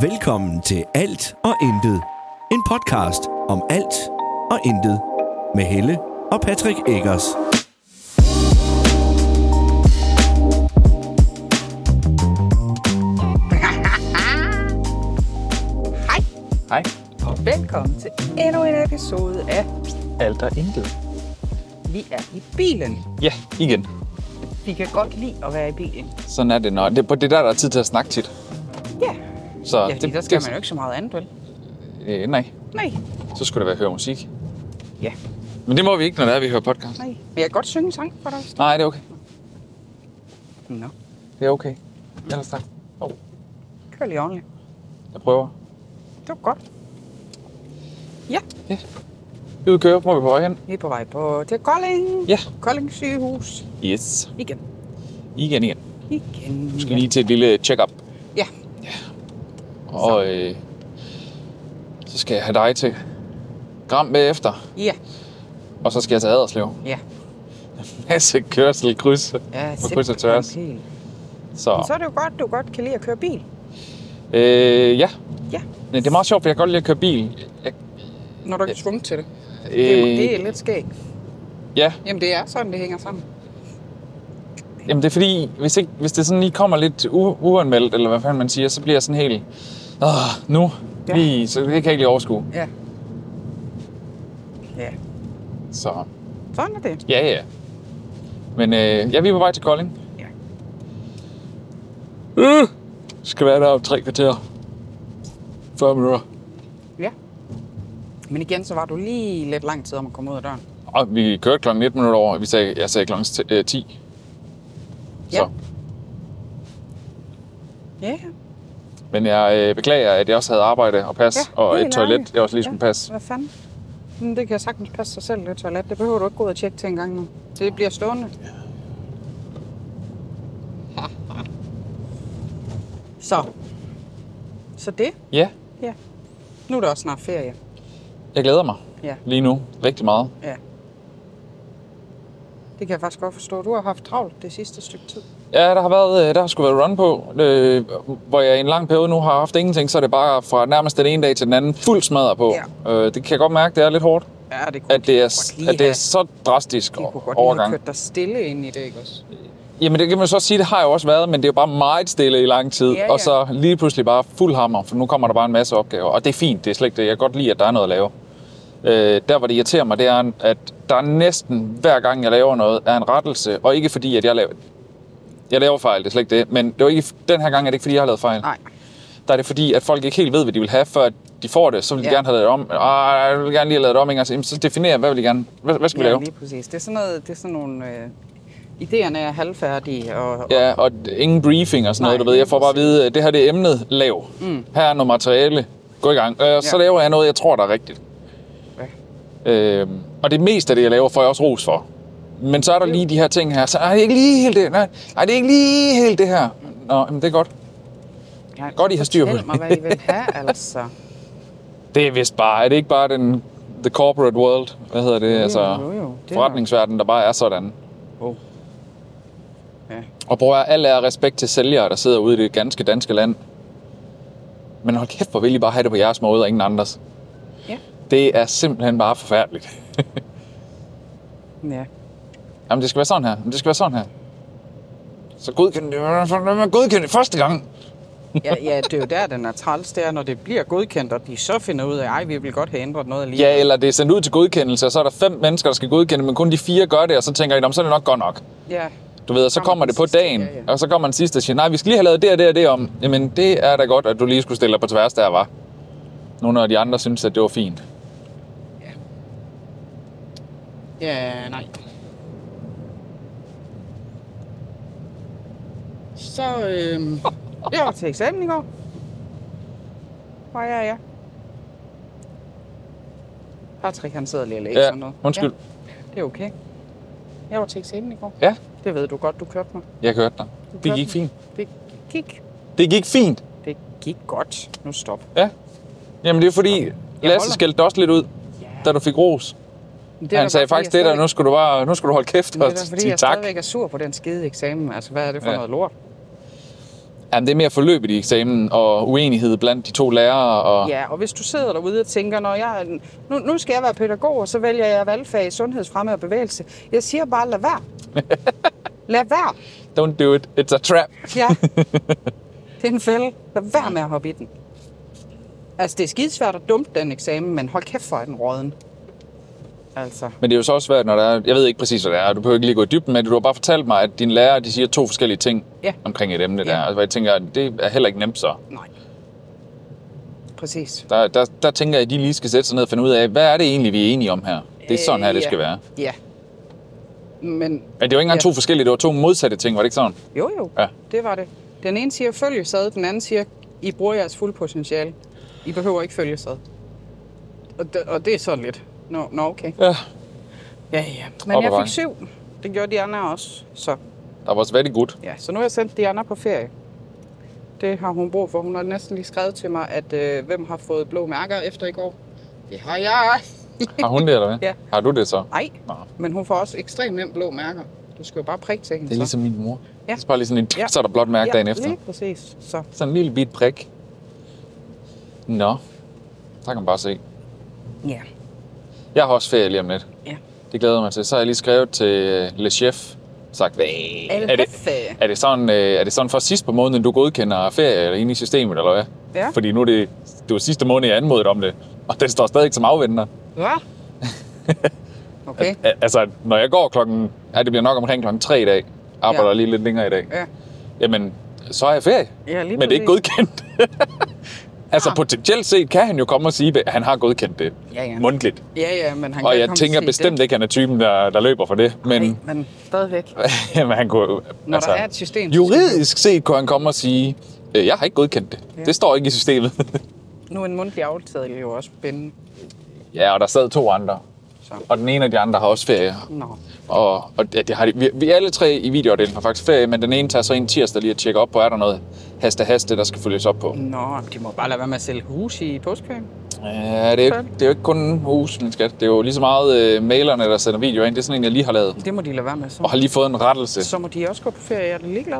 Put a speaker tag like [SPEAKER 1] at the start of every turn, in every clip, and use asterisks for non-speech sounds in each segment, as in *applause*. [SPEAKER 1] Velkommen til Alt og Intet. En podcast om alt og intet. Med Helle og Patrick Eggers.
[SPEAKER 2] Hej.
[SPEAKER 3] Og velkommen til endnu en episode af
[SPEAKER 2] Alt og intet.
[SPEAKER 3] Vi er i bilen.
[SPEAKER 2] Ja, igen.
[SPEAKER 3] Vi kan godt lide at være i bilen.
[SPEAKER 2] Sådan er det, når det er på det der, der er tid til at snakke tit.
[SPEAKER 3] Ja,
[SPEAKER 2] Så
[SPEAKER 3] ja fordi
[SPEAKER 2] det,
[SPEAKER 3] der skal man jo ikke så meget andet, vel?
[SPEAKER 2] Øh, nej,
[SPEAKER 3] Nej.
[SPEAKER 2] så skulle der være høre musik.
[SPEAKER 3] Ja,
[SPEAKER 2] Men det må vi ikke, når det er, vi hører podcast.
[SPEAKER 3] nej. Men jeg kan godt synge en sang for dig. hvis-
[SPEAKER 2] Nej, det er okay.
[SPEAKER 3] Nå,
[SPEAKER 2] Det er okay. Ellers tak. Oh,
[SPEAKER 3] kør lige ordentligt.
[SPEAKER 2] jeg prøver.
[SPEAKER 3] Det var godt. Ja,
[SPEAKER 2] Vi ud køre, må vi på vej hen?
[SPEAKER 3] vi er på vej på til Kolding.
[SPEAKER 2] Ja.
[SPEAKER 3] Kolding sygehus.
[SPEAKER 2] Yes.
[SPEAKER 3] Igen.
[SPEAKER 2] Igen, igen.
[SPEAKER 3] Igen.
[SPEAKER 2] Vi skal lige til et lille check-up.
[SPEAKER 3] Ja.
[SPEAKER 2] Og øh, så skal jeg have dig til Gram bagefter.
[SPEAKER 3] Ja,
[SPEAKER 2] Og så skal jeg til Aderslev. *laughs*
[SPEAKER 3] ja.
[SPEAKER 2] Masse kørsel, kryds.
[SPEAKER 3] Ja,
[SPEAKER 2] Og kryds og tværs. Ah.
[SPEAKER 3] helt. Men så
[SPEAKER 2] Så,
[SPEAKER 3] er det jo godt, du godt kan lide at køre bil.
[SPEAKER 2] øh, ja.
[SPEAKER 3] Ja,
[SPEAKER 2] Men Det er meget sjovt, for jeg kan godt lide at køre bil. Jeg,
[SPEAKER 3] når du ikke er tvunget til det.
[SPEAKER 2] øh,
[SPEAKER 3] Det, er- det er lidt skægt.
[SPEAKER 2] Ja,
[SPEAKER 3] Jamen, det er sådan, det hænger sammen.
[SPEAKER 2] Jamen det er fordi, hvis, ikke, hvis det sådan lige kommer lidt u- uanmeldt, eller hvad fanden man siger, så bliver jeg sådan helt, Åh, nu,
[SPEAKER 3] Ja.
[SPEAKER 2] lige, så det kan jeg ikke lige overskue.
[SPEAKER 3] Ja. Ja,
[SPEAKER 2] Så
[SPEAKER 3] sådan er det.
[SPEAKER 2] ja, ja. Men øh, ja, vi er på vej til Kolding.
[SPEAKER 3] Ja.
[SPEAKER 2] Øh, skal være der om tre kvarter. 40 minutter.
[SPEAKER 3] Ja. Men igen, så var du lige lidt lang tid om at komme ud af døren.
[SPEAKER 2] Og vi kørte klokken 19 minutter over, vi sagde, jeg sagde klokken t- øh, 10.
[SPEAKER 3] Ja.
[SPEAKER 2] Så.
[SPEAKER 3] Ja,
[SPEAKER 2] Men jeg øh, beklager, at jeg også havde arbejde og pas,
[SPEAKER 3] Ja,
[SPEAKER 2] og
[SPEAKER 3] helt
[SPEAKER 2] et toilet,
[SPEAKER 3] ærligt.
[SPEAKER 2] jeg også lige skulle
[SPEAKER 3] Ja.
[SPEAKER 2] passe.
[SPEAKER 3] hvad fanden? Men det kan sagtens passe sig selv, det toilet. Det behøver du ikke gå ud og tjekke til en gang nu. Det bliver stående. Så. Så det.
[SPEAKER 2] Ja,
[SPEAKER 3] Ja. Nu er det også snart ferie.
[SPEAKER 2] jeg glæder mig
[SPEAKER 3] Ja,
[SPEAKER 2] lige nu rigtig meget.
[SPEAKER 3] ja. Det kan jeg faktisk godt forstå. Du har haft travlt det sidste stykke tid.
[SPEAKER 2] Ja, der har, været, øh, der har sgu været run på, øh, hvor jeg i en lang periode nu har haft ingenting, så er det bare fra nærmest den ene dag til den anden fuld smadret på. Ja. Øh, det kan jeg godt mærke, det er lidt hårdt,
[SPEAKER 3] Ja, det kunne
[SPEAKER 2] at det er,
[SPEAKER 3] de godt lige
[SPEAKER 2] at det er
[SPEAKER 3] have.
[SPEAKER 2] så drastisk
[SPEAKER 3] de kunne godt lige have
[SPEAKER 2] overgang.
[SPEAKER 3] kørt dig stille ind i det, ikke også?
[SPEAKER 2] Jamen det kan man så sige, det har jeg jo også været, men det er jo bare meget stille i lang tid,
[SPEAKER 3] Ja, ja.
[SPEAKER 2] og så lige pludselig bare fuld hammer, for nu kommer der bare en masse opgaver, og det er fint, det er slet ikke det. Jeg kan godt lide, at der er noget at lave. Øh, der, hvor det irriterer mig, det er, at der er næsten hver gang, jeg laver noget, er en rettelse, og ikke fordi, at jeg laver... Jeg laver fejl, det er slet ikke det, men det var ikke, den her gang er det ikke, fordi jeg har lavet fejl.
[SPEAKER 3] Nej.
[SPEAKER 2] Der er det fordi, at folk ikke helt ved, hvad de vil have, før de får det, så vil de
[SPEAKER 3] Ja.
[SPEAKER 2] gerne have lavet det om. Ah, jeg vil gerne lige have lavet det om, ikke? Altså, jamen, så definerer jeg, hvad vil I gerne... Hvad, hvad skal vi lave?
[SPEAKER 3] lige præcis. Det er sådan, noget, det er sådan nogle... Øh, idéerne er halvfærdige, og, og
[SPEAKER 2] Ja, og d- ingen briefing og sådan
[SPEAKER 3] Nej,
[SPEAKER 2] noget, du ved. Jeg
[SPEAKER 3] lige
[SPEAKER 2] får bare at vide, at det her det er emnet, lav. Mm. Her er noget materiale, gå i gang. Øh, så
[SPEAKER 3] Ja.
[SPEAKER 2] laver jeg noget, jeg tror, der er rigtigt.
[SPEAKER 3] ja.
[SPEAKER 2] Øh, og det meste af det, jeg laver, får jeg også ros for. Men så er der lige de her ting her. Så er det er ikke lige helt det. Nej, nej, det er ikke lige helt det her. Nå, men det er godt.
[SPEAKER 3] Ja,
[SPEAKER 2] Godt, I har styr på
[SPEAKER 3] fortæl
[SPEAKER 2] det.
[SPEAKER 3] mig, hvad I vil
[SPEAKER 2] *laughs*
[SPEAKER 3] have, altså.
[SPEAKER 2] Det er vist bare, er det ikke bare den the corporate world? Hvad hedder det? altså,
[SPEAKER 3] jo, jo. Det er-
[SPEAKER 2] forretningsverdenen, der bare er sådan.
[SPEAKER 3] Oh. Ja.
[SPEAKER 2] Og prøv at høre, al ære og respekt til sælgere, der sidder ude i det ganske danske land. Men hold kæft, hvor vil I bare have det på jeres måde og ingen andres.
[SPEAKER 3] Ja.
[SPEAKER 2] Det er simpelthen bare forfærdeligt.
[SPEAKER 3] ja.
[SPEAKER 2] Jamen, det skal være sådan her. Jamen, det skal være sådan her. Så godkend det. Man godkend det første gang.
[SPEAKER 3] Ja, ja, det er jo der, den er træls, det er, når det bliver godkendt, og de så finder ud af, ej, vi vil godt have ændret noget alligevel.
[SPEAKER 2] Ja, eller det er sendt ud til godkendelse, og så er der fem mennesker, der skal godkende, men kun de fire gør det, og så tænker I, "Nå, men så er det nok godt nok.
[SPEAKER 3] ja.
[SPEAKER 2] Du ved, og så
[SPEAKER 3] Kommer
[SPEAKER 2] kommer
[SPEAKER 3] den
[SPEAKER 2] det på
[SPEAKER 3] sidste,
[SPEAKER 2] dagen,
[SPEAKER 3] ja, ja.
[SPEAKER 2] og så kommer den sidste og siger, nej, vi skal lige have lavet det og det og det om. Jamen, det er da godt, at du lige skulle stille dig på tværs der, var. Nogle af de andre synes, at det var fint.
[SPEAKER 3] Ja, nej. Så, øhm, jeg var til eksamen i går. Var jeg, ja. Patrick, han sidder lige og læser
[SPEAKER 2] Ja,
[SPEAKER 3] noget.
[SPEAKER 2] undskyld.
[SPEAKER 3] Ja, det er okay. Jeg var til eksamen i går.
[SPEAKER 2] Ja,
[SPEAKER 3] Det ved du godt, du kørte mig.
[SPEAKER 2] jeg hørte dig. Det
[SPEAKER 3] kørte
[SPEAKER 2] gik
[SPEAKER 3] den.
[SPEAKER 2] fint.
[SPEAKER 3] Det gik.
[SPEAKER 2] Det gik fint.
[SPEAKER 3] Det gik godt. Nu stop.
[SPEAKER 2] Ja. Jamen, det er fordi, Lasse
[SPEAKER 3] holder.
[SPEAKER 2] skældte dig også lidt ud,
[SPEAKER 3] Ja.
[SPEAKER 2] da du fik ros.
[SPEAKER 3] Men
[SPEAKER 2] Det
[SPEAKER 3] er
[SPEAKER 2] Han
[SPEAKER 3] da
[SPEAKER 2] sagde
[SPEAKER 3] bare, fordi
[SPEAKER 2] faktisk
[SPEAKER 3] jeg
[SPEAKER 2] det der,
[SPEAKER 3] stadigvæk-
[SPEAKER 2] nu skulle du, bare, nu skulle du holde kæft
[SPEAKER 3] Men
[SPEAKER 2] og
[SPEAKER 3] det er da, fordi
[SPEAKER 2] sige
[SPEAKER 3] jeg
[SPEAKER 2] tak.
[SPEAKER 3] stadigvæk er sur på den skide eksamen. Altså, hvad er det for
[SPEAKER 2] Ja.
[SPEAKER 3] ja. noget lort?
[SPEAKER 2] Jamen, det er mere forløbet i eksamen og uenighed blandt de to lærere. Og...
[SPEAKER 3] Ja, og hvis du sidder derude og tænker, når jeg, er en- nu, nu skal jeg være pædagog, og så vælger jeg valgfag i sundhedsfremme og bevægelse. Jeg siger bare, lad
[SPEAKER 2] *laughs*
[SPEAKER 3] være. lad være.
[SPEAKER 2] Don't do it. It's a trap.
[SPEAKER 3] Ja. Det er en fælde. Lad være med at hoppe i den. Altså, det er skidesvært at dumpe den eksamen, men hold kæft for den råden. Altså,
[SPEAKER 2] Men det er jo så også svært, når der er... Jeg ved ikke præcis, hvad det er. Du behøver ikke lige gå i dybden med det. Du har bare fortalt mig, at dine lærere de siger to forskellige ting
[SPEAKER 3] Ja.
[SPEAKER 2] omkring et emne
[SPEAKER 3] Ja.
[SPEAKER 2] der. Og jeg tænker, at det er heller ikke nemt så.
[SPEAKER 3] nej. Præcis.
[SPEAKER 2] Der, der, der tænker jeg, at de lige skal sætte sig ned og finde ud af, hvad er det egentlig, vi er enige om her? Det er sådan her, det
[SPEAKER 3] Øh, ja.
[SPEAKER 2] skal være.
[SPEAKER 3] Ja. Men
[SPEAKER 2] Men det var ikke engang
[SPEAKER 3] Ja.
[SPEAKER 2] to forskellige, det var to modsatte ting, var det ikke sådan?
[SPEAKER 3] jo, jo,
[SPEAKER 2] Ja.
[SPEAKER 3] det var det. Den ene siger, følg sad, den anden siger, I bruger jeres fulde potentiale. I behøver ikke følge sad. Og det, og det er sådan lidt. Nå, no, no, okay.
[SPEAKER 2] Ja.
[SPEAKER 3] Ja, ja. Men
[SPEAKER 2] Op ad
[SPEAKER 3] jeg
[SPEAKER 2] bakke.
[SPEAKER 3] fik syv. Det gjorde de andre også. Så,
[SPEAKER 2] Der var også rigtig godt.
[SPEAKER 3] ja. så nu har jeg sendt de andre på ferie. Det har hun brug for. Hun har næsten lige skrevet til mig, at øh, hvem har fået blå mærker efter i går. Det har jeg.
[SPEAKER 2] Har hun det, eller hvad?
[SPEAKER 3] *laughs* Ja.
[SPEAKER 2] Har du det så?
[SPEAKER 3] Nej,
[SPEAKER 2] Nå.
[SPEAKER 3] men hun får også ekstremt nemt blå mærker. Du skal jo bare prikke til hende.
[SPEAKER 2] Det er ligesom min mor.
[SPEAKER 3] Ja.
[SPEAKER 2] Det er bare lige sådan en...
[SPEAKER 3] Ja. Mm-hmm.
[SPEAKER 2] Så er der blot mærke dagen efter.
[SPEAKER 3] Lige præcis. Så.
[SPEAKER 2] Sådan en lille bit prik. Nå. Der kan man bare se.
[SPEAKER 3] Ja.
[SPEAKER 2] Jeg har også ferie lige om lidt.
[SPEAKER 3] Ja.
[SPEAKER 2] Det glæder jeg mig til. Så har jeg lige skrevet til øh, Le Chef. Sagt, hvad? Er det, er, det sådan, øh, er det sådan for sidst på måneden, du godkender ferie eller inde i systemet, eller hvad?
[SPEAKER 3] Ja.
[SPEAKER 2] Fordi nu er det, det var sidste måned, jeg anmodet om det. Og den står stadig som afventer.
[SPEAKER 3] Hvad? *laughs* Okay.
[SPEAKER 2] Al- altså, når jeg går klokken... Ja, det bliver nok omkring klokken 3 i dag. Arbejder
[SPEAKER 3] Ja.
[SPEAKER 2] lige lidt længere i dag.
[SPEAKER 3] Ja.
[SPEAKER 2] Jamen, så har jeg ferie.
[SPEAKER 3] Ja, lige
[SPEAKER 2] men det er ikke
[SPEAKER 3] præcis.
[SPEAKER 2] godkendt. *laughs* altså,
[SPEAKER 3] Ah.
[SPEAKER 2] potentielt set kan han jo komme og sige, at han har godkendt det
[SPEAKER 3] Ja, ja.
[SPEAKER 2] mundtligt.
[SPEAKER 3] Ja, ja, men han
[SPEAKER 2] Og
[SPEAKER 3] kan
[SPEAKER 2] jeg
[SPEAKER 3] komme
[SPEAKER 2] tænker
[SPEAKER 3] til
[SPEAKER 2] bestemt
[SPEAKER 3] det.
[SPEAKER 2] ikke, at han er typen, der, der løber for det. Men, Altså,
[SPEAKER 3] Nej, men stadigvæk.
[SPEAKER 2] *laughs* men han kunne, jo-
[SPEAKER 3] Når der er et system, så skal
[SPEAKER 2] Juridisk set kunne han komme og sige, "Øh, jeg har ikke godkendt det.
[SPEAKER 3] Ja.
[SPEAKER 2] Det står ikke i
[SPEAKER 3] *laughs*
[SPEAKER 2] systemet.
[SPEAKER 3] Nu er en mundtlig aftale jo også bindende.
[SPEAKER 2] ja, og der sad to andre.
[SPEAKER 3] Så.
[SPEAKER 2] Og den ene af de andre har også ferie.
[SPEAKER 3] Nå.
[SPEAKER 2] Og, og det, det har de, vi, vi alle tre i videoafdelingen har faktisk ferie, men den ene tager så ind tirsdag lige at tjekke op på, er der noget haste-haste, der skal følges op på.
[SPEAKER 3] Nå, de må bare lade være med at sælge hus i påskøen.
[SPEAKER 2] Ja, det er, jo, det er jo ikke kun hus, min skat. Det er jo lige så meget øh, mailerne, der sender videoer ind. Det er sådan en, jeg lige har lavet.
[SPEAKER 3] Det må de lade være med
[SPEAKER 2] Og
[SPEAKER 3] så.
[SPEAKER 2] har lige fået en rettelse.
[SPEAKER 3] Så må de også gå på ferie, jeg er da ligeglad.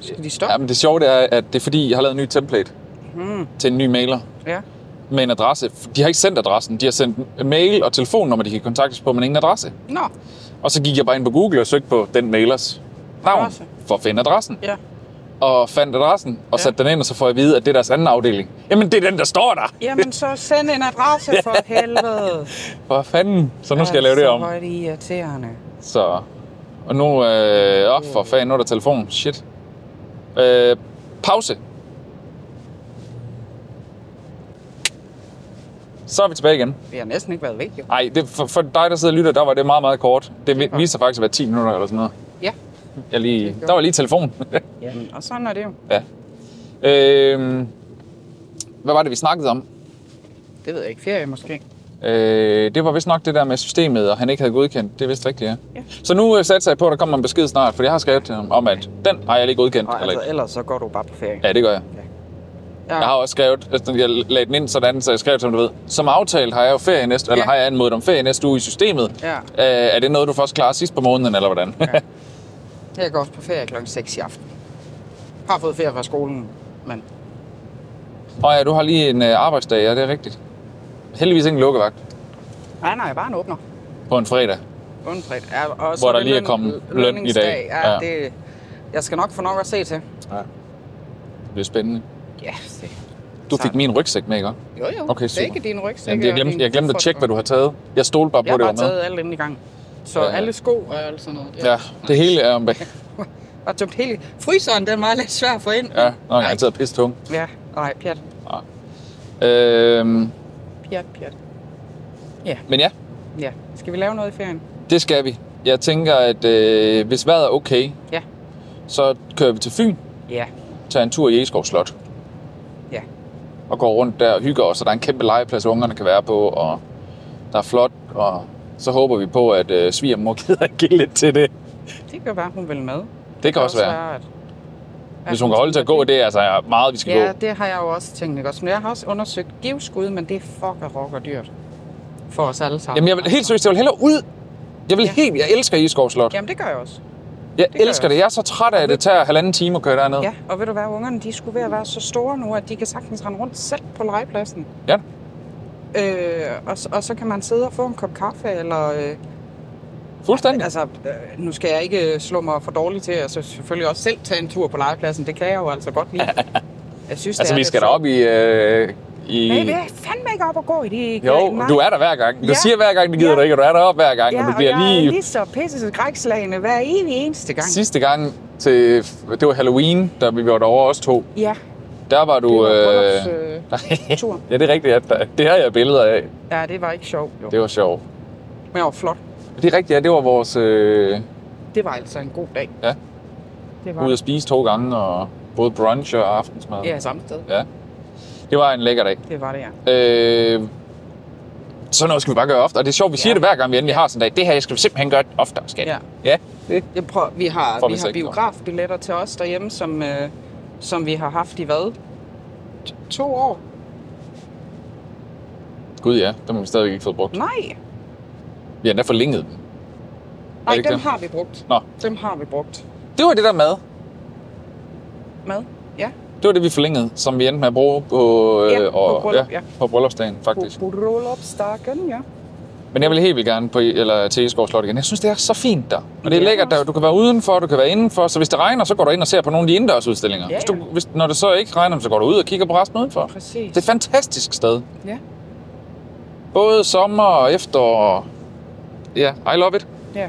[SPEAKER 3] Så Skal de
[SPEAKER 2] Ja,
[SPEAKER 3] stoppe?
[SPEAKER 2] men det sjove det er, at det er fordi, jeg har lavet en ny template
[SPEAKER 3] Mm.
[SPEAKER 2] hmm. til en ny mailer
[SPEAKER 3] Ja.
[SPEAKER 2] med en adresse. De har ikke sendt adressen. De har sendt mail og telefonnummer, de kan kontaktes på, men ingen adresse.
[SPEAKER 3] Nå,
[SPEAKER 2] Og så gik jeg bare ind på Google og søgte på den mailers navn
[SPEAKER 3] Adresse.
[SPEAKER 2] for at finde adressen.
[SPEAKER 3] ja.
[SPEAKER 2] Og fandt adressen og
[SPEAKER 3] Ja.
[SPEAKER 2] satte den ind, og så får jeg at vide, at det er deres anden afdeling. Jamen, det er den, der står der!
[SPEAKER 3] Jamen så send en adresse
[SPEAKER 2] *laughs*
[SPEAKER 3] for helvede.
[SPEAKER 2] For fanden! Så nu skal jeg lave det om.
[SPEAKER 3] Så er det irriterende.
[SPEAKER 2] Så... Og nu... Øh, åh, for fanden, nu er der telefon. Shit. Øh, pause. Så er vi tilbage igen.
[SPEAKER 3] Vi har næsten ikke været væk, jo.
[SPEAKER 2] Ej, det, for, for dig, der sidder og lytter, der var det meget, meget kort. Det vi- viste sig faktisk at være 10 minutter eller sådan noget.
[SPEAKER 3] Ja.
[SPEAKER 2] Jeg lige,
[SPEAKER 3] Mm. Det gør
[SPEAKER 2] der var lige telefon.
[SPEAKER 3] Jamen, og sådan er det jo.
[SPEAKER 2] ja. *laughs* Øhm, hvad var det, vi snakkede om?
[SPEAKER 3] Det ved jeg ikke. Ferie måske.
[SPEAKER 2] Øh, det var vist nok det der med systemet, og han ikke havde godkendt. Det er vist rigtigt, ja.
[SPEAKER 3] Ja.
[SPEAKER 2] Så nu øh, satser jeg på, at der kommer en besked snart, for jeg har skrevet til ham om, at den har jeg lige godkendt.
[SPEAKER 3] Og
[SPEAKER 2] eller
[SPEAKER 3] altså,
[SPEAKER 2] ikke.
[SPEAKER 3] ellers så går du bare på ferie.
[SPEAKER 2] Ja, det gør jeg.
[SPEAKER 3] Ja.
[SPEAKER 2] Jeg har også skrevet, altså, jeg lagde den ind sådan, så jeg skrev til ham, du ved, som aftalt har jeg jo ferie næste, eller
[SPEAKER 3] Ja.
[SPEAKER 2] har jeg anmodet om ferie næste uge i systemet.
[SPEAKER 3] Ja.
[SPEAKER 2] Øh, er det noget, du først klarer sidst på måneden, eller hvordan? *laughs* Ja.
[SPEAKER 3] Jeg går også på ferie klokken 6 i aften. Har fået ferie fra skolen, men
[SPEAKER 2] Og ja, du har lige en øh, arbejdsdag, ja, det er rigtigt. Heldigvis ikke en lukkevagt
[SPEAKER 3] nej, nej, bare en åbner.
[SPEAKER 2] på en fredag.
[SPEAKER 3] Undfredt. Ja, og
[SPEAKER 2] Hvor
[SPEAKER 3] er
[SPEAKER 2] der
[SPEAKER 3] det
[SPEAKER 2] lige er kommet løn i dag.
[SPEAKER 3] lønningsdag. Ja,
[SPEAKER 2] Ja.
[SPEAKER 3] ja. Det, jeg skal nok få nok at se til.
[SPEAKER 2] Det er spændende.
[SPEAKER 3] Ja, det.
[SPEAKER 2] Du fik
[SPEAKER 3] Sådan.
[SPEAKER 2] min rygsæk med, ikke?
[SPEAKER 3] Jo, jo. det
[SPEAKER 2] Okay,
[SPEAKER 3] er
[SPEAKER 2] super.
[SPEAKER 3] ikke din rygsæk.
[SPEAKER 2] Jamen, det- jeg, glemte, jeg glemte at tjekke, hvad du har taget. Jeg stolede bare på,
[SPEAKER 3] Jeg har
[SPEAKER 2] det var
[SPEAKER 3] bare
[SPEAKER 2] med.
[SPEAKER 3] taget alt inden i gang. Så
[SPEAKER 2] Ja,
[SPEAKER 3] ja, ja.
[SPEAKER 2] ja.
[SPEAKER 3] alle sko og alt sådan noget.
[SPEAKER 2] Ja, det hele er om bag.
[SPEAKER 3] Og tømt hele... Fryseren, den var lidt svær at få ind. *laughs*
[SPEAKER 2] Ja, nå, altså- jeg
[SPEAKER 3] nej.
[SPEAKER 2] har taget pisse tung.
[SPEAKER 3] Ja, nej, pjat,
[SPEAKER 2] Øhm,
[SPEAKER 3] pjat, pjat.
[SPEAKER 2] men ja,
[SPEAKER 3] Ja. Skal vi lave noget i ferien?
[SPEAKER 2] det skal vi. Jeg tænker, at øh, hvis vejret er okay,
[SPEAKER 3] Ja.
[SPEAKER 2] så kører vi til Fyn,
[SPEAKER 3] Ja.
[SPEAKER 2] tager en tur i Egeskov Slot
[SPEAKER 3] Ja.
[SPEAKER 2] og går rundt der og hygger os. Og der er en kæmpe legeplads, ungerne kan være på, og der er flot. Og så håber vi på, at øh, svigermor *laughs* gider at give lidt til det.
[SPEAKER 3] Det kan være, hun vil med. Det,
[SPEAKER 2] Det kan også være.
[SPEAKER 3] at,
[SPEAKER 2] Hvis hun kan holde til at gå, det er altså meget, vi skal
[SPEAKER 3] Ja,
[SPEAKER 2] gå.
[SPEAKER 3] det har jeg jo også tænkt, ikke også? Men jeg har også undersøgt givskud, men det er fucker rocker dyrt. For os alle sammen.
[SPEAKER 2] Jamen, jeg vil, helt seriøst, jeg vil hellere ud. Jeg vil
[SPEAKER 3] Ja.
[SPEAKER 2] helt, jeg elsker Egeskov Slot.
[SPEAKER 3] Jamen, det gør jeg også.
[SPEAKER 2] Jeg
[SPEAKER 3] gør
[SPEAKER 2] elsker det. Jeg er så træt af, at det tager halvanden time at køre derned.
[SPEAKER 3] Ja, og ved du hvad, ungerne de skulle ved at være så store nu, at de kan sagtens rende rundt selv på legepladsen.
[SPEAKER 2] Ja.
[SPEAKER 3] Øh, og, så- og så kan man sidde og få en kop kaffe, eller... Øh,
[SPEAKER 2] Fuldstændig.
[SPEAKER 3] altså, øh, nu skal jeg ikke øh, slå mig for dårligt til, at så selvfølgelig også selv tage en tur på legepladsen. Det kan jeg jo altså godt
[SPEAKER 2] *laughs*
[SPEAKER 3] lide. Jeg synes,
[SPEAKER 2] Altså,
[SPEAKER 3] det er
[SPEAKER 2] vi
[SPEAKER 3] lidt
[SPEAKER 2] skal da
[SPEAKER 3] sjovt.
[SPEAKER 2] op i... Øh, i...
[SPEAKER 3] Nej, vi er fandme ikke op og gå i de
[SPEAKER 2] Jo,
[SPEAKER 3] nej.
[SPEAKER 2] du er der hver gang. Du
[SPEAKER 3] Ja.
[SPEAKER 2] siger hver gang, det gider
[SPEAKER 3] Ja.
[SPEAKER 2] du ikke, og du er der op hver gang,
[SPEAKER 3] Ja,
[SPEAKER 2] og du
[SPEAKER 3] og
[SPEAKER 2] bliver
[SPEAKER 3] jeg er
[SPEAKER 2] lige...
[SPEAKER 3] lige så pisse skrækslagende hver evig eneste gang.
[SPEAKER 2] Sidste gang til... Det var Halloween, da vi var derovre os to.
[SPEAKER 3] Ja,
[SPEAKER 2] Der var
[SPEAKER 3] det
[SPEAKER 2] du...
[SPEAKER 3] var
[SPEAKER 2] *laughs* øh,
[SPEAKER 3] bryllupstur. Øh, tur.
[SPEAKER 2] Ja, det er rigtigt. At der, det har jeg billeder af.
[SPEAKER 3] ja, det var ikke sjovt, jo.
[SPEAKER 2] Det var sjovt.
[SPEAKER 3] Men det var flot.
[SPEAKER 2] Det er rigtigt, ja. Det var vores øh,
[SPEAKER 3] Det var altså en god dag.
[SPEAKER 2] Ja.
[SPEAKER 3] Det var
[SPEAKER 2] ude at spise to gange, og både brunch og aftensmad.
[SPEAKER 3] ja, samme sted.
[SPEAKER 2] ja. Det var en lækker dag.
[SPEAKER 3] Det var det, ja.
[SPEAKER 2] Øh, sådan noget skal vi bare gøre ofte. Og det er sjovt, vi ja. siger det hver gang, vi endelig har sådan en dag. Det her skal vi simpelthen gøre oftere, skat.
[SPEAKER 3] Ja.
[SPEAKER 2] ja det.
[SPEAKER 3] Jeg prøver, vi har,
[SPEAKER 2] Får
[SPEAKER 3] vi
[SPEAKER 2] vi
[SPEAKER 3] har
[SPEAKER 2] sikkert.
[SPEAKER 3] biografbilletter til os derhjemme, som, øh, som vi har haft i hvad? T- To år?
[SPEAKER 2] Gud ja, dem har vi stadigvæk ikke fået brugt.
[SPEAKER 3] Nej,
[SPEAKER 2] Vi har endda forlænget dem.
[SPEAKER 3] Nej
[SPEAKER 2] ikke
[SPEAKER 3] dem
[SPEAKER 2] det?
[SPEAKER 3] har vi brugt.
[SPEAKER 2] Nå,
[SPEAKER 3] Dem har vi brugt.
[SPEAKER 2] det var det der mad.
[SPEAKER 3] Mad? Ja,
[SPEAKER 2] Det var det, vi forlængede, som vi endte med at bruge på, øh,
[SPEAKER 3] Ja, på
[SPEAKER 2] og,
[SPEAKER 3] bryllup, ja.
[SPEAKER 2] på bryllupsdagen, faktisk.
[SPEAKER 3] Brolopstakken, ja.
[SPEAKER 2] Men jeg vil helt vildt gerne på eller til Eskov Slot igen. Jeg synes, det er så fint der. Og det er
[SPEAKER 3] Ja.
[SPEAKER 2] lækkert, der. du kan være udenfor, du kan være indenfor. Så hvis det regner, så går du ind og ser på nogle af de indendørs udstillinger.
[SPEAKER 3] Ja,
[SPEAKER 2] Hvis du,
[SPEAKER 3] ja.
[SPEAKER 2] hvis, når det så ikke regner, så går du ud og kigger på resten udenfor.
[SPEAKER 3] Præcis.
[SPEAKER 2] Det er et fantastisk sted.
[SPEAKER 3] Ja.
[SPEAKER 2] Både sommer og efterår. og- Ja, I love it.
[SPEAKER 3] ja.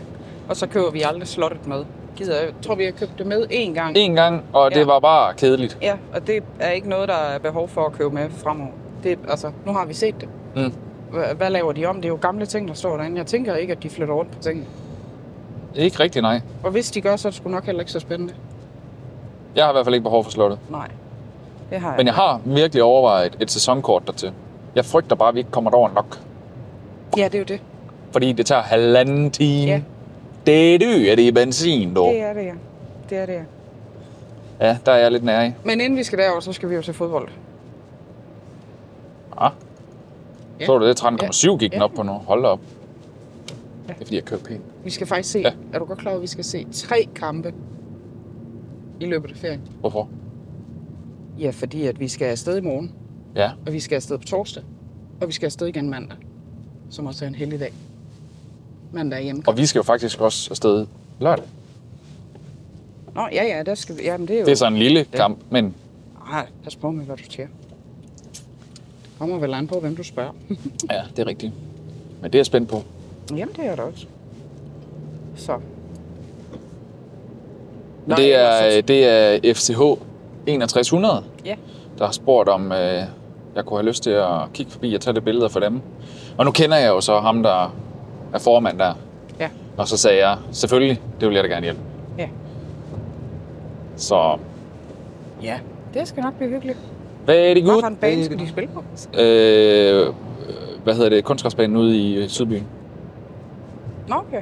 [SPEAKER 3] Og så køber vi aldrig slottet med. Gider, jeg tror, vi har købt det med én gang.
[SPEAKER 2] En gang, og det
[SPEAKER 3] Ja.
[SPEAKER 2] var bare kedeligt.
[SPEAKER 3] Ja, og det er ikke noget, der er behov for at købe med fremover. Det, altså, nu har vi set det.
[SPEAKER 2] Mm.
[SPEAKER 3] Hva- Hvad laver de om? Det er jo gamle ting, der står derinde. Jeg tænker ikke, at de flytter rundt på tingene.
[SPEAKER 2] Ikke rigtig, nej.
[SPEAKER 3] Og hvis de gør, så er det sgu nok heller ikke så spændende.
[SPEAKER 2] Jeg har i hvert fald ikke behov for slottet.
[SPEAKER 3] Nej, det har jeg.
[SPEAKER 2] Men jeg har virkelig overvejet et sæsonkort dertil. Jeg frygter bare, at vi ikke kommer derover nok.
[SPEAKER 3] Ja, det er jo det.
[SPEAKER 2] Fordi det tager halvanden time.
[SPEAKER 3] Ja.
[SPEAKER 2] Det er dyrt, det er benzin, dog.
[SPEAKER 3] Det er det, ja. Det er det, ja.
[SPEAKER 2] Ja, der er jeg lidt nær i.
[SPEAKER 3] Men inden vi skal derover, så skal vi jo til fodbold.
[SPEAKER 2] Ah.
[SPEAKER 3] Ja.
[SPEAKER 2] Så du det? 13,7 gik den
[SPEAKER 3] Ja.
[SPEAKER 2] op på nu. Hold da op.
[SPEAKER 3] Ja.
[SPEAKER 2] Det er fordi, jeg kører pænt.
[SPEAKER 3] Vi skal faktisk se,
[SPEAKER 2] Ja.
[SPEAKER 3] ja. er du godt klar over, at vi skal se tre kampe i løbet af ferien?
[SPEAKER 2] Hvorfor?
[SPEAKER 3] Ja, fordi at vi skal afsted i morgen,
[SPEAKER 2] Ja.
[SPEAKER 3] og vi skal afsted på torsdag, og vi skal afsted igen mandag, som også er en heldig dag. Mandag er hjemme.
[SPEAKER 2] Og vi skal jo faktisk også afsted lørdag.
[SPEAKER 3] Nå, ja, ja, der skal vi. Jamen, det er jo...
[SPEAKER 2] Det er så en lille kamp, men
[SPEAKER 3] Ej, pas på med, hvad du siger. Det kommer vel an på, hvem du spørger. *laughs*
[SPEAKER 2] ja, det er rigtigt. Men det er jeg spændt på.
[SPEAKER 3] Jamen, det er det også. Så.
[SPEAKER 2] Men det, er, det er FCH 6100,
[SPEAKER 3] Ja.
[SPEAKER 2] der har spurgt om, øh, jeg kunne have lyst til at kigge forbi og tage lidt billeder for dem. Og nu kender jeg jo så ham, der er formand der.
[SPEAKER 3] Ja.
[SPEAKER 2] Og så sagde jeg, selvfølgelig, det vil jeg da gerne hjælpe.
[SPEAKER 3] Ja.
[SPEAKER 2] Så,
[SPEAKER 3] Ja. Det skal nok blive hyggeligt.
[SPEAKER 2] very good.
[SPEAKER 3] Hvad for en bane skal de spille på?
[SPEAKER 2] øh, hvad hedder det, kunstgræsbanen ude i øh, Sydbyen.
[SPEAKER 3] Nå, okay.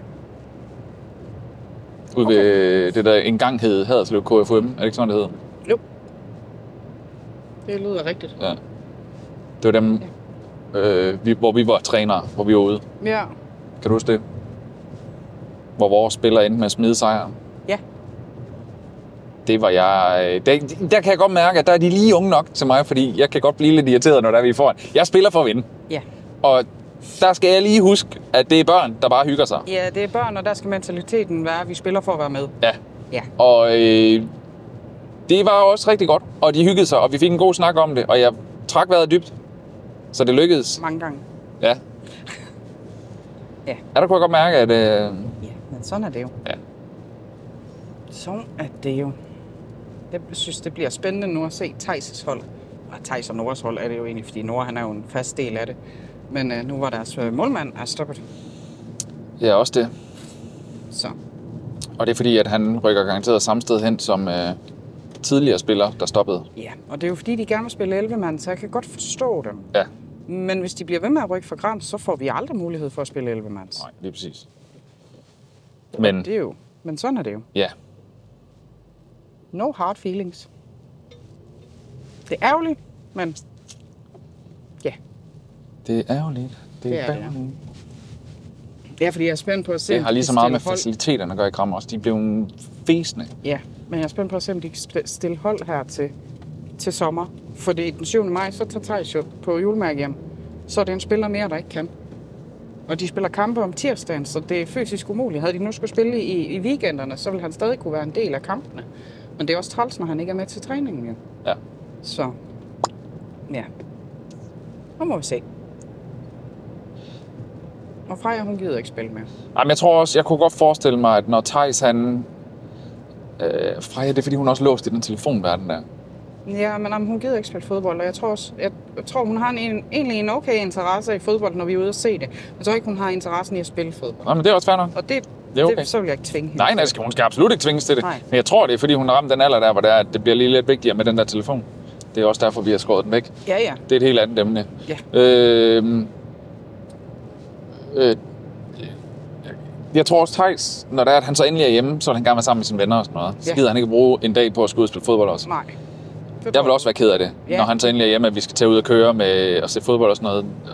[SPEAKER 2] Ude okay. ved øh, det, der engang hed Haderslev KFM. Er det ikke sådan, det hed?
[SPEAKER 3] Jo. Det lyder rigtigt.
[SPEAKER 2] Ja. Det var dem, øh, vi, hvor vi var trænere, hvor vi var ude.
[SPEAKER 3] Ja.
[SPEAKER 2] Kan du huske det? Hvor vores spillere endte med at smide sejren.
[SPEAKER 3] Ja.
[SPEAKER 2] Det var jeg... øh, Der, der kan jeg godt mærke, at der er de lige unge nok til mig, fordi jeg kan godt blive lidt irriteret, når der er vi er foran. Jeg spiller for at vinde,
[SPEAKER 3] Ja.
[SPEAKER 2] og der skal jeg lige huske, at det er børn, der bare hygger sig.
[SPEAKER 3] Ja, det er børn, og der skal mentaliteten være, at vi spiller for at være med.
[SPEAKER 2] Ja,
[SPEAKER 3] Ja.
[SPEAKER 2] Og øh, det var også rigtig godt, og de hyggede sig, og vi fik en god snak om det, og jeg trak vejret dybt, så det lykkedes.
[SPEAKER 3] Mange gange.
[SPEAKER 2] Ja.
[SPEAKER 3] Ja.
[SPEAKER 2] Ja, der kunne jeg godt mærke, at øh,
[SPEAKER 3] Ja, men sådan er det jo.
[SPEAKER 2] Ja.
[SPEAKER 3] Sådan er det jo. Jeg synes, det bliver spændende nu at se Thijs' hold. Og Thijs og Noras hold er det jo egentlig, fordi Nora han er jo en fast del af det. Men øh, nu var deres øh, målmand er stoppet,
[SPEAKER 2] ja, også det.
[SPEAKER 3] så
[SPEAKER 2] Og det er fordi, at han rykker garanteret samme sted hen som øh, tidligere spiller, der stoppede.
[SPEAKER 3] ja. Og det er jo fordi, de gerne vil spille 11 mand, så jeg kan godt forstå dem.
[SPEAKER 2] Ja,
[SPEAKER 3] Men hvis de bliver ved med at rykke for Grams, så får vi aldrig mulighed for at spille 11 mands.
[SPEAKER 2] nej, lige præcis. Men
[SPEAKER 3] Det er jo, men sådan er det jo.
[SPEAKER 2] ja,
[SPEAKER 3] No hard feelings. Det er ærgerligt, men ja,
[SPEAKER 2] det er ærgerligt. Det
[SPEAKER 3] Det
[SPEAKER 2] er
[SPEAKER 3] er det, ja.
[SPEAKER 2] ærgerligt.
[SPEAKER 3] det Ja, fordi jeg er spændt på at se,
[SPEAKER 2] Det
[SPEAKER 3] om
[SPEAKER 2] har
[SPEAKER 3] de
[SPEAKER 2] lige
[SPEAKER 3] kan
[SPEAKER 2] så meget med
[SPEAKER 3] stille hold.
[SPEAKER 2] faciliteterne at gøre i Krammer også. De blev en fæsende.
[SPEAKER 3] Ja, men jeg er spændt på at se, om de kan sp- stille hold her til, til sommer. Fordi den 7. maj, så tager Thijs jo på julemærke hjem. Så er det en spiller mere, der ikke kan. Og de spiller kampe om tirsdagen, så det er fysisk umuligt. Havde de nu skulle spille i, i weekenderne, så ville han stadig kunne være en del af kampene. Men det er også træls, når han ikke er med til træningen. Jo.
[SPEAKER 2] Ja.
[SPEAKER 3] Så ja, nu må vi se. Og Freja, hun gider ikke spille mere.
[SPEAKER 2] Jamen, jeg tror også, jeg kunne godt forestille mig, at når Thijs han... Øh, Freja, det er fordi, hun er også låst i den telefonverden der.
[SPEAKER 3] Ja, men jamen, hun gider ikke spille fodbold, og jeg tror, også, jeg, jeg tror hun har en, egentlig en okay interesse i fodbold, når vi er ude og se det. Jeg tror ikke, hun har interessen i at spille fodbold.
[SPEAKER 2] Nå, men det er også fair nok.
[SPEAKER 3] Og det,
[SPEAKER 2] Det er okay.
[SPEAKER 3] det så vil jeg ikke tvinge hende.
[SPEAKER 2] Nej, nej, skal- hun skal absolut ikke tvinges til det.
[SPEAKER 3] Nej.
[SPEAKER 2] Men jeg tror, det er, fordi hun har ramt den alder der, hvor det, er, at det bliver lige lidt vigtigere med den der telefon. Det er også derfor, vi har skåret den væk.
[SPEAKER 3] Ja, ja.
[SPEAKER 2] Det er et helt andet emne.
[SPEAKER 3] Ja.
[SPEAKER 2] Øh, øh, jeg tror også, Thijs, når det er, at han så endelig er hjemme, så vil han gerne være sammen med sine venner og sådan noget. Så
[SPEAKER 3] Ja.
[SPEAKER 2] gider han ikke bruge en dag på at skulle ud og spille fodbold også.
[SPEAKER 3] Nej. Det
[SPEAKER 2] Jeg vil også være ked af det,
[SPEAKER 3] Ja.
[SPEAKER 2] når han så endelig er hjemme, at vi skal tage ud og køre med og se fodbold og sådan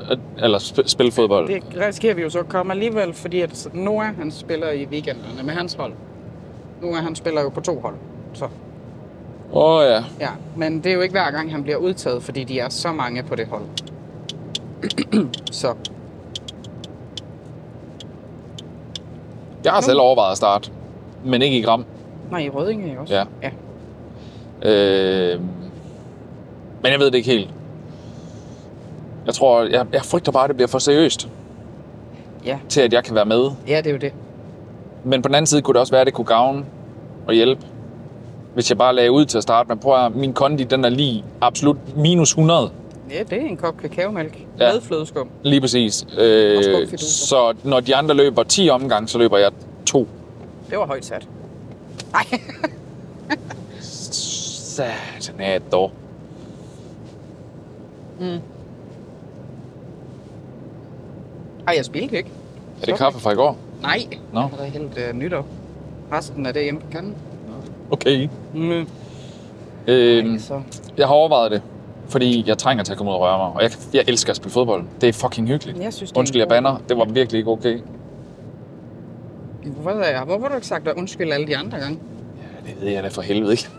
[SPEAKER 2] noget. Eller sp- spille fodbold.
[SPEAKER 3] Det risikerer vi jo så at komme alligevel, fordi at Noah, han spiller i weekenderne med hans hold. Noah, han spiller jo på to hold. Så,
[SPEAKER 2] Åh oh, ja.
[SPEAKER 3] ja. Men det er jo ikke hver gang, han bliver udtaget, fordi de er så mange på det hold. *clears throat* så
[SPEAKER 2] Jeg har selv overvejet at starte, men ikke i gram.
[SPEAKER 3] nej, i Rødinge også.
[SPEAKER 2] Ja.
[SPEAKER 3] ja.
[SPEAKER 2] Øh, men jeg ved det ikke helt. Jeg tror, jeg, jeg frygter bare, at det bliver for seriøst
[SPEAKER 3] Ja.
[SPEAKER 2] til, at jeg kan være med.
[SPEAKER 3] Ja, det er jo det.
[SPEAKER 2] Men på den anden side kunne det også være, at det kunne gavne og hjælpe, hvis jeg bare lagde ud til at starte med. Prøv at høre, min kondi, den er lige absolut minus 100.
[SPEAKER 3] Ja, det er en kop kakaomælk ja.
[SPEAKER 2] Ja.
[SPEAKER 3] med flødeskum.
[SPEAKER 2] Lige præcis.
[SPEAKER 3] Og
[SPEAKER 2] Øh,
[SPEAKER 3] skumfiduser.
[SPEAKER 2] så når de andre løber 10 omgange, så løber jeg to.
[SPEAKER 3] Det var højt sat. Nej,
[SPEAKER 2] Satan er et dår.
[SPEAKER 3] *laughs* Ej, jeg spildte ikke.
[SPEAKER 2] Er det kaffe fra i går?
[SPEAKER 3] Nej.
[SPEAKER 2] Nå.
[SPEAKER 3] Jeg havde hældt øh, nytår. Resten er det hjemme på kanden.
[SPEAKER 2] Okay.
[SPEAKER 3] Mm.
[SPEAKER 2] Øh,
[SPEAKER 3] Så.
[SPEAKER 2] jeg har overvejet det, fordi jeg trænger til at komme ud og røre mig. Og jeg, jeg elsker at spille fodbold. Det er fucking hyggeligt.
[SPEAKER 3] Jeg synes, det er en
[SPEAKER 2] Undskyld, jeg
[SPEAKER 3] god-
[SPEAKER 2] banner. Det var virkelig ikke okay.
[SPEAKER 3] Hvorfor, er jeg- hvorfor har du ikke sagt dig undskyld alle de andre gange?
[SPEAKER 2] Ja, det ved jeg da for helvede ikke. *laughs*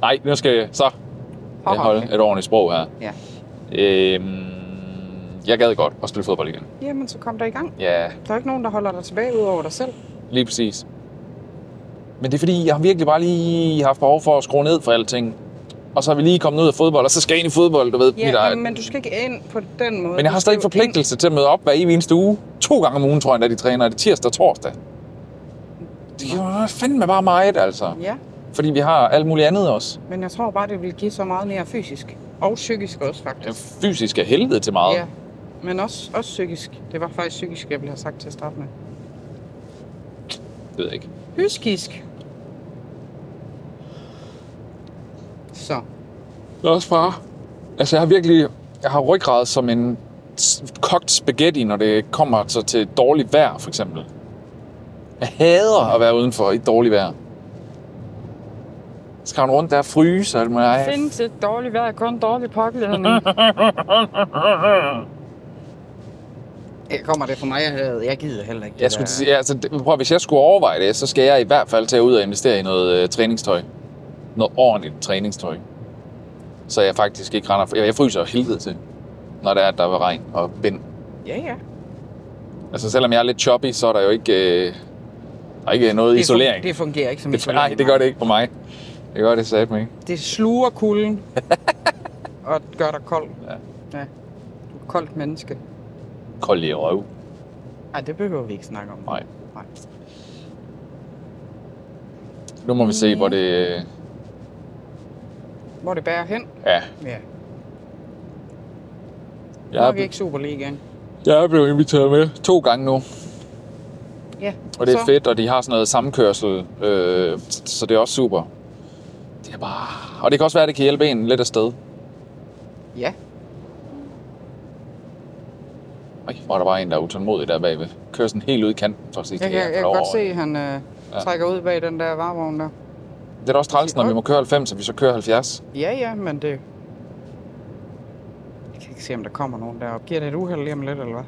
[SPEAKER 2] Nej, nu skal jeg så jeg holde et ordentligt sprog her.
[SPEAKER 3] Ja.
[SPEAKER 2] Øhm, jeg gad godt at spille fodbold igen.
[SPEAKER 3] Jamen, så kom der i gang.
[SPEAKER 2] Ja,
[SPEAKER 3] Der er ikke nogen, der holder dig tilbage ud over dig selv.
[SPEAKER 2] lige præcis. Men det er fordi, jeg har virkelig bare lige haft behov for at skrue ned for alting. Og så er vi lige kommet ud af fodbold, og så skal jeg ind i fodbold, du ved.
[SPEAKER 3] Ja,
[SPEAKER 2] mit eget.
[SPEAKER 3] men, men du skal ikke ind på den måde.
[SPEAKER 2] Men jeg har
[SPEAKER 3] Du
[SPEAKER 2] stadig
[SPEAKER 3] skal jo ind-
[SPEAKER 2] forpligtelse til at møde op hver evig eneste uge. To gange om ugen, tror jeg, når de træner. Er Det tirsdag og torsdag. Det er jo fandme bare meget, altså.
[SPEAKER 3] Ja,
[SPEAKER 2] Fordi vi har alt muligt andet også.
[SPEAKER 3] men jeg tror bare, det vil give så meget mere fysisk. Og psykisk også,
[SPEAKER 2] Det er
[SPEAKER 3] faktisk.
[SPEAKER 2] fysisk af helvede til meget.
[SPEAKER 3] Ja, men også, også psykisk. Det var faktisk psykisk, jeg ville have sagt til at starte med.
[SPEAKER 2] Det ved jeg ikke.
[SPEAKER 3] Hyskisk. Så.
[SPEAKER 2] Det er også bare... Altså, jeg har virkelig... Jeg har ryggrad som en s- kogt spaghetti, når det kommer så til dårligt vejr, for eksempel. Jeg hader at være udenfor i dårligt vejr. Så Skal han rundt der og fryse og alt muligt? Ej,
[SPEAKER 3] Findes et dårligt vejr, kun dårlig påklædning. Kommer det for mig, jeg, jeg gider heller ikke. det
[SPEAKER 2] Jeg skulle
[SPEAKER 3] der.
[SPEAKER 2] til at sige, ja, altså, det- prøv, at- hvis jeg skulle overveje det, så skal jeg i hvert fald tage ud og investere i noget øh, træningstøj. Noget ordentligt træningstøj. Så jeg faktisk ikke render... for- Jeg, jeg fryser af helvede til, når der er, at der er regn og vind.
[SPEAKER 3] Ja, ja.
[SPEAKER 2] Altså selvom jeg er lidt choppy, så er der jo ikke, øh, der er ikke noget
[SPEAKER 3] Det fun-
[SPEAKER 2] isolering.
[SPEAKER 3] Det fungerer ikke som
[SPEAKER 2] det,
[SPEAKER 3] isolering.
[SPEAKER 2] nej, det gør det ikke på mig. Det gør det satme ikke.
[SPEAKER 3] Det sluger
[SPEAKER 2] *laughs*
[SPEAKER 3] kulden. og gør dig kold.
[SPEAKER 2] Ja.
[SPEAKER 3] ja. Du er et koldt menneske.
[SPEAKER 2] Kold i røv.
[SPEAKER 3] Nej, det behøver vi ikke snakke om.
[SPEAKER 2] Nej.
[SPEAKER 3] Nej.
[SPEAKER 2] Nu må vi se, hvor det... øh,
[SPEAKER 3] Hvor det bærer hen?
[SPEAKER 2] Ja,
[SPEAKER 3] Ja.
[SPEAKER 2] jeg er,
[SPEAKER 3] Nok ikke Superligaen.
[SPEAKER 2] jeg er blevet inviteret med to gange nu.
[SPEAKER 3] Ja.
[SPEAKER 2] Og det er
[SPEAKER 3] så.
[SPEAKER 2] fedt, og de har sådan noget samkørsel, øh, så det er også super. Det er bare... Og det kan også være, at det kan hjælpe en lidt afsted.
[SPEAKER 3] Ja.
[SPEAKER 2] Ej, hvor er der bare en, der er utålmodig der bagved. Kører sådan helt ud i kanten, for at sige,
[SPEAKER 3] Jeg
[SPEAKER 2] kan
[SPEAKER 3] kan, jeg
[SPEAKER 2] få
[SPEAKER 3] kan
[SPEAKER 2] lov
[SPEAKER 3] godt
[SPEAKER 2] over?"
[SPEAKER 3] se, at han øh, trækker ud bag den der varevogn der.
[SPEAKER 2] Det er da også træls, når vi må køre 90, og vi så kører 70.
[SPEAKER 3] Ja, ja, men det... Jeg kan ikke se, om der kommer nogen deroppe. Giver det et uheld lige om lidt, eller hvad?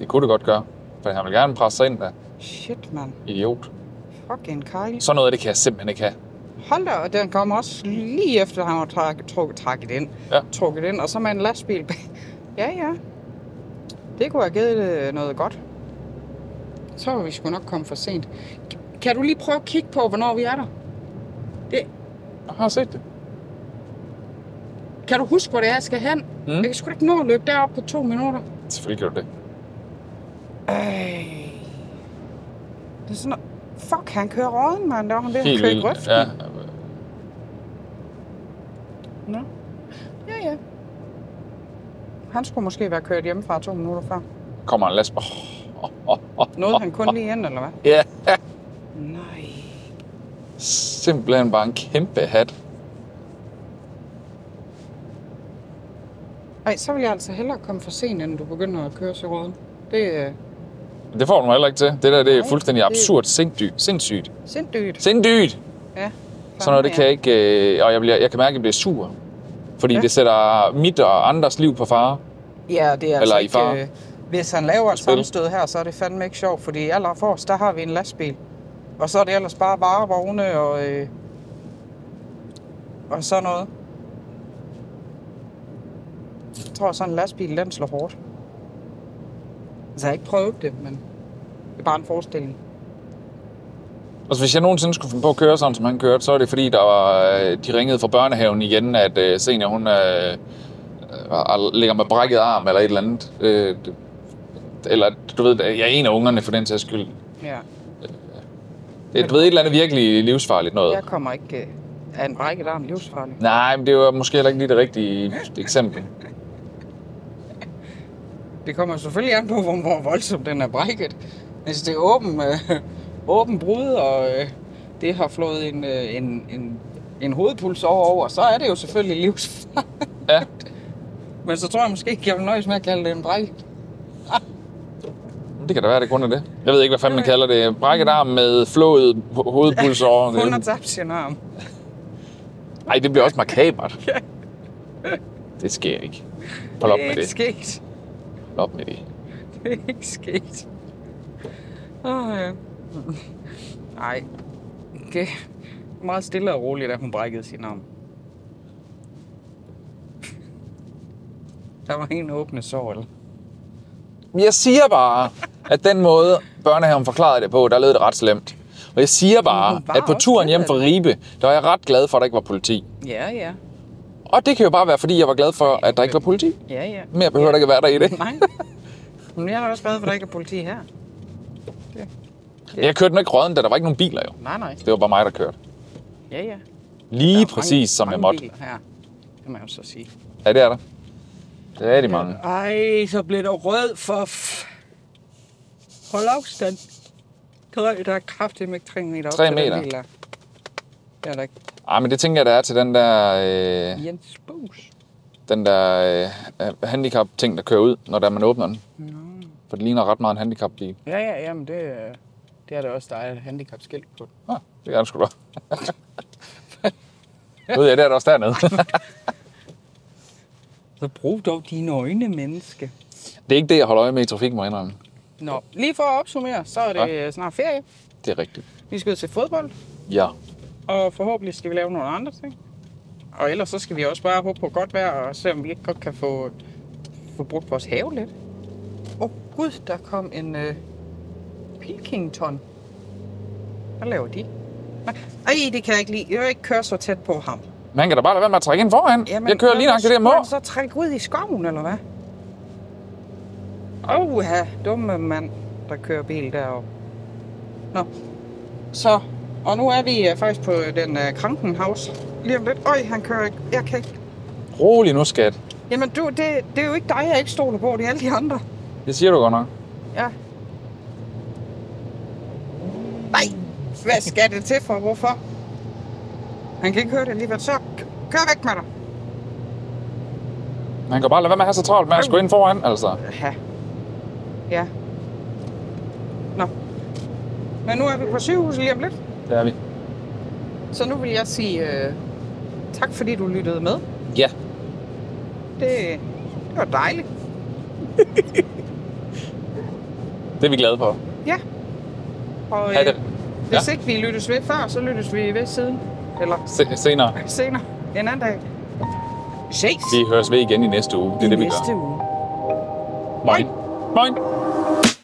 [SPEAKER 2] Det kunne det godt gøre, for han vil gerne presse sig ind der.
[SPEAKER 3] Shit, mand.
[SPEAKER 2] Idiot.
[SPEAKER 3] Fucking Kyle.
[SPEAKER 2] Sådan noget, det kan jeg simpelthen ikke have.
[SPEAKER 3] Hold da, og den kom også lige efter, at han var trak, truk, trakket ind.
[SPEAKER 2] Ja.
[SPEAKER 3] Trukket ind, og så med en lastbil bag. *laughs* ja, ja. Det kunne have givet det noget godt. Så var vi sgu nok komme for sent. Kan du lige prøve at kigge på, hvornår vi er der? Det,
[SPEAKER 2] Jeg har set det.
[SPEAKER 3] kan du huske, hvor det er, jeg skal hen? Mm. Jeg kan sgu da ikke nå at løbe derop på to minutter.
[SPEAKER 2] Selvfølgelig gjorde det.
[SPEAKER 3] Ej. Det er sådan noget. Fuck, han kører råden, mand. Der var han ved at
[SPEAKER 2] Helt
[SPEAKER 3] købe
[SPEAKER 2] vildt.
[SPEAKER 3] grøften.
[SPEAKER 2] Ja,
[SPEAKER 3] Nå. Ja, ja. Han skulle måske være kørt hjemmefra to minutter før.
[SPEAKER 2] kommer en lastbil. Oh, oh, oh, oh.
[SPEAKER 3] Nåede han kun lige ind, eller hvad?
[SPEAKER 2] Ja,
[SPEAKER 3] Nej.
[SPEAKER 2] simpelthen bare en kæmpe hat.
[SPEAKER 3] Ej, så vil jeg altså hellere komme for sent, end du begynder at køre så råden. Det er
[SPEAKER 2] Det får du mig heller ikke til. Det der, det er
[SPEAKER 3] Nej,
[SPEAKER 2] fuldstændig
[SPEAKER 3] det-
[SPEAKER 2] absurd sindssygt. Sindssygt.
[SPEAKER 3] sindssygt.
[SPEAKER 2] Sindssygt!
[SPEAKER 3] Ja.
[SPEAKER 2] Sådan noget, det kan jeg ikke... Øh, og jeg, bliver, jeg kan mærke, at jeg bliver sur. Fordi
[SPEAKER 3] Ja.
[SPEAKER 2] ja. det sætter mit og andres liv på fare.
[SPEAKER 3] Ja, det er altså
[SPEAKER 2] Eller i
[SPEAKER 3] ikke...
[SPEAKER 2] fare.
[SPEAKER 3] Øh, hvis han laver et
[SPEAKER 2] Spil.
[SPEAKER 3] sammenstød her, så er det fandme ikke sjovt, fordi aller forrest, der har vi en lastbil. Og så er det ellers bare varevogne og... Øh, og sådan noget. Jeg tror, sådan en lastbil, den slår hårdt. Altså, jeg har ikke prøvet det, men det er bare en forestilling.
[SPEAKER 2] Altså, hvis jeg nogensinde skulle finde på at køre sådan, som han kørte, så er det fordi, der var, øh, de ringede fra børnehaven igen, at øh, senior, hun øh, øh, ligger med brækket arm eller et eller andet. Øh, det- eller, du ved, jeg er en af ungerne for den sags skyld.
[SPEAKER 3] Ja.
[SPEAKER 2] Det, du ved, et eller andet virkelig livsfarligt noget.
[SPEAKER 3] Jeg kommer ikke øh, af en række, der er en livsfarlig.
[SPEAKER 2] Nej, men det var måske heller ikke lige det rigtige eksempel.
[SPEAKER 3] Det kommer selvfølgelig an på, hvor, hvor voldsom den er brækket. Hvis det er åben, øh, åben brud, og øh, det har flået en, øh, en, en, en hovedpuls over, over, så er det jo selvfølgelig livsfarligt. *laughs*
[SPEAKER 2] Ja,
[SPEAKER 3] Men så tror jeg måske ikke, jeg vil nøjes med at kalde det en brækket.
[SPEAKER 2] det kan da være, det kun er det. Jeg ved ikke, hvad fanden man kalder det. Brækket arm med flået ho- hovedpuls over.
[SPEAKER 3] Hun har tabt sin arm.
[SPEAKER 2] Nej, det bliver også makabert. Det sker ikke. Hold op
[SPEAKER 3] det er
[SPEAKER 2] med
[SPEAKER 3] ikke
[SPEAKER 2] det.
[SPEAKER 3] sket.
[SPEAKER 2] Hold op med det.
[SPEAKER 3] Det er ikke sket. Åh, ja. Nej. Det er meget stille og roligt, at hun brækkede sin arm. Der var en åbne sår, eller?
[SPEAKER 2] Men Jeg siger bare, at den måde, børnehaven forklarede det på, der lød det ret slemt. Og jeg siger bare,
[SPEAKER 3] hun var
[SPEAKER 2] at på
[SPEAKER 3] også
[SPEAKER 2] turen
[SPEAKER 3] ked
[SPEAKER 2] hjem
[SPEAKER 3] af
[SPEAKER 2] fra Ribe, der var jeg ret glad for, at der ikke var politi.
[SPEAKER 3] Ja, ja.
[SPEAKER 2] Og det kan jo bare være, fordi jeg var glad for, at der ikke var politi.
[SPEAKER 3] Ja, ja.
[SPEAKER 2] Mere behøver der ikke at være der i det.
[SPEAKER 3] Nej. *laughs* Men jeg har da også været, for der ikke er politi her.
[SPEAKER 2] Jeg kørte den ikke råden, da der var ikke nogen biler jo.
[SPEAKER 3] Nej, nej.
[SPEAKER 2] Det var bare mig, der kørte.
[SPEAKER 3] Ja, ja.
[SPEAKER 2] Lige præcis, som jeg måtte.
[SPEAKER 3] Her. Det må jeg jo så sige.
[SPEAKER 2] Ja, det er der. Det er de mange.
[SPEAKER 4] Ej, så blev der rød for... F- Hold afstand.
[SPEAKER 3] Der, der er kraftigt med 3 meter op
[SPEAKER 2] Tre
[SPEAKER 3] til den
[SPEAKER 2] meter.
[SPEAKER 3] bil der. Det er der ikke.
[SPEAKER 2] Ej, men det tænker jeg, der er til den der, øh,
[SPEAKER 3] Jens Bus.
[SPEAKER 2] den der øh, handicap-ting, der kører ud, når der man åbner den. For det ligner ret meget en handicap-bil.
[SPEAKER 3] Ja, ja, jamen det, øh, det er da også, der er et handicapskilt på. den.
[SPEAKER 2] Ah, det er der sgu da. *laughs* Ved jeg, det er der også dernede.
[SPEAKER 3] Så brug dog dine øjne, menneske.
[SPEAKER 2] *laughs* det er ikke det, jeg holder øje med i trafikken, må jeg indrømme.
[SPEAKER 3] Nå, lige for at opsummere, så er det ja. snart ferie.
[SPEAKER 2] Det er rigtigt.
[SPEAKER 3] Vi skal ud til fodbold,
[SPEAKER 2] Ja.
[SPEAKER 3] og forhåbentlig skal vi lave nogle andre ting. Og ellers så skal vi også bare håbe på godt vejr, og se om vi ikke godt kan få, få brugt vores have lidt. Åh oh, gud, der kom en øh, Pilkington. Hvad laver de? Nej, Ej, det kan jeg ikke lide. Jeg vil ikke køre så tæt på ham.
[SPEAKER 2] Man kan da bare lade være med at trække ind foran. jeg kører lige nok til det, jeg må.
[SPEAKER 3] Skulle han så trække ud i skoven, eller hvad? Åh, dumme mand, der kører bil deroppe. Nå, så, og nu er vi uh, faktisk på den uh, Krankenhaus. Lige om lidt. Øj, han kører ikke. Jeg kan ikke.
[SPEAKER 2] Rolig nu, skat.
[SPEAKER 3] Jamen, du, det, det er jo ikke dig, jeg ikke stoler på. Det er alle de andre.
[SPEAKER 2] Det siger du godt nok.
[SPEAKER 3] Ja. Nej, hvad skal det til for? Hvorfor? Han kan ikke høre det alligevel. Så k- kør væk med dig.
[SPEAKER 2] Man kan bare lade være med at have så travlt med at skulle ind foran, altså.
[SPEAKER 3] Ja. Ja. Nå. Men nu er vi på sygehuset lige om lidt,
[SPEAKER 2] Det er vi.
[SPEAKER 3] så nu vil jeg sige øh, tak, fordi du lyttede med.
[SPEAKER 2] Ja.
[SPEAKER 3] Det, det var dejligt.
[SPEAKER 2] Det er vi glade for.
[SPEAKER 3] Ja. Og øh,
[SPEAKER 2] Ha' det.
[SPEAKER 3] hvis
[SPEAKER 2] Ja.
[SPEAKER 3] ikke vi lyttes ved før, så lyttes vi ved siden. Eller
[SPEAKER 2] Se, senere.
[SPEAKER 3] senere. En anden dag. Ses
[SPEAKER 2] Vi høres ved igen i næste uge. Det er det, vi
[SPEAKER 3] næste
[SPEAKER 2] gør.
[SPEAKER 3] uge.
[SPEAKER 2] Moin. Moin.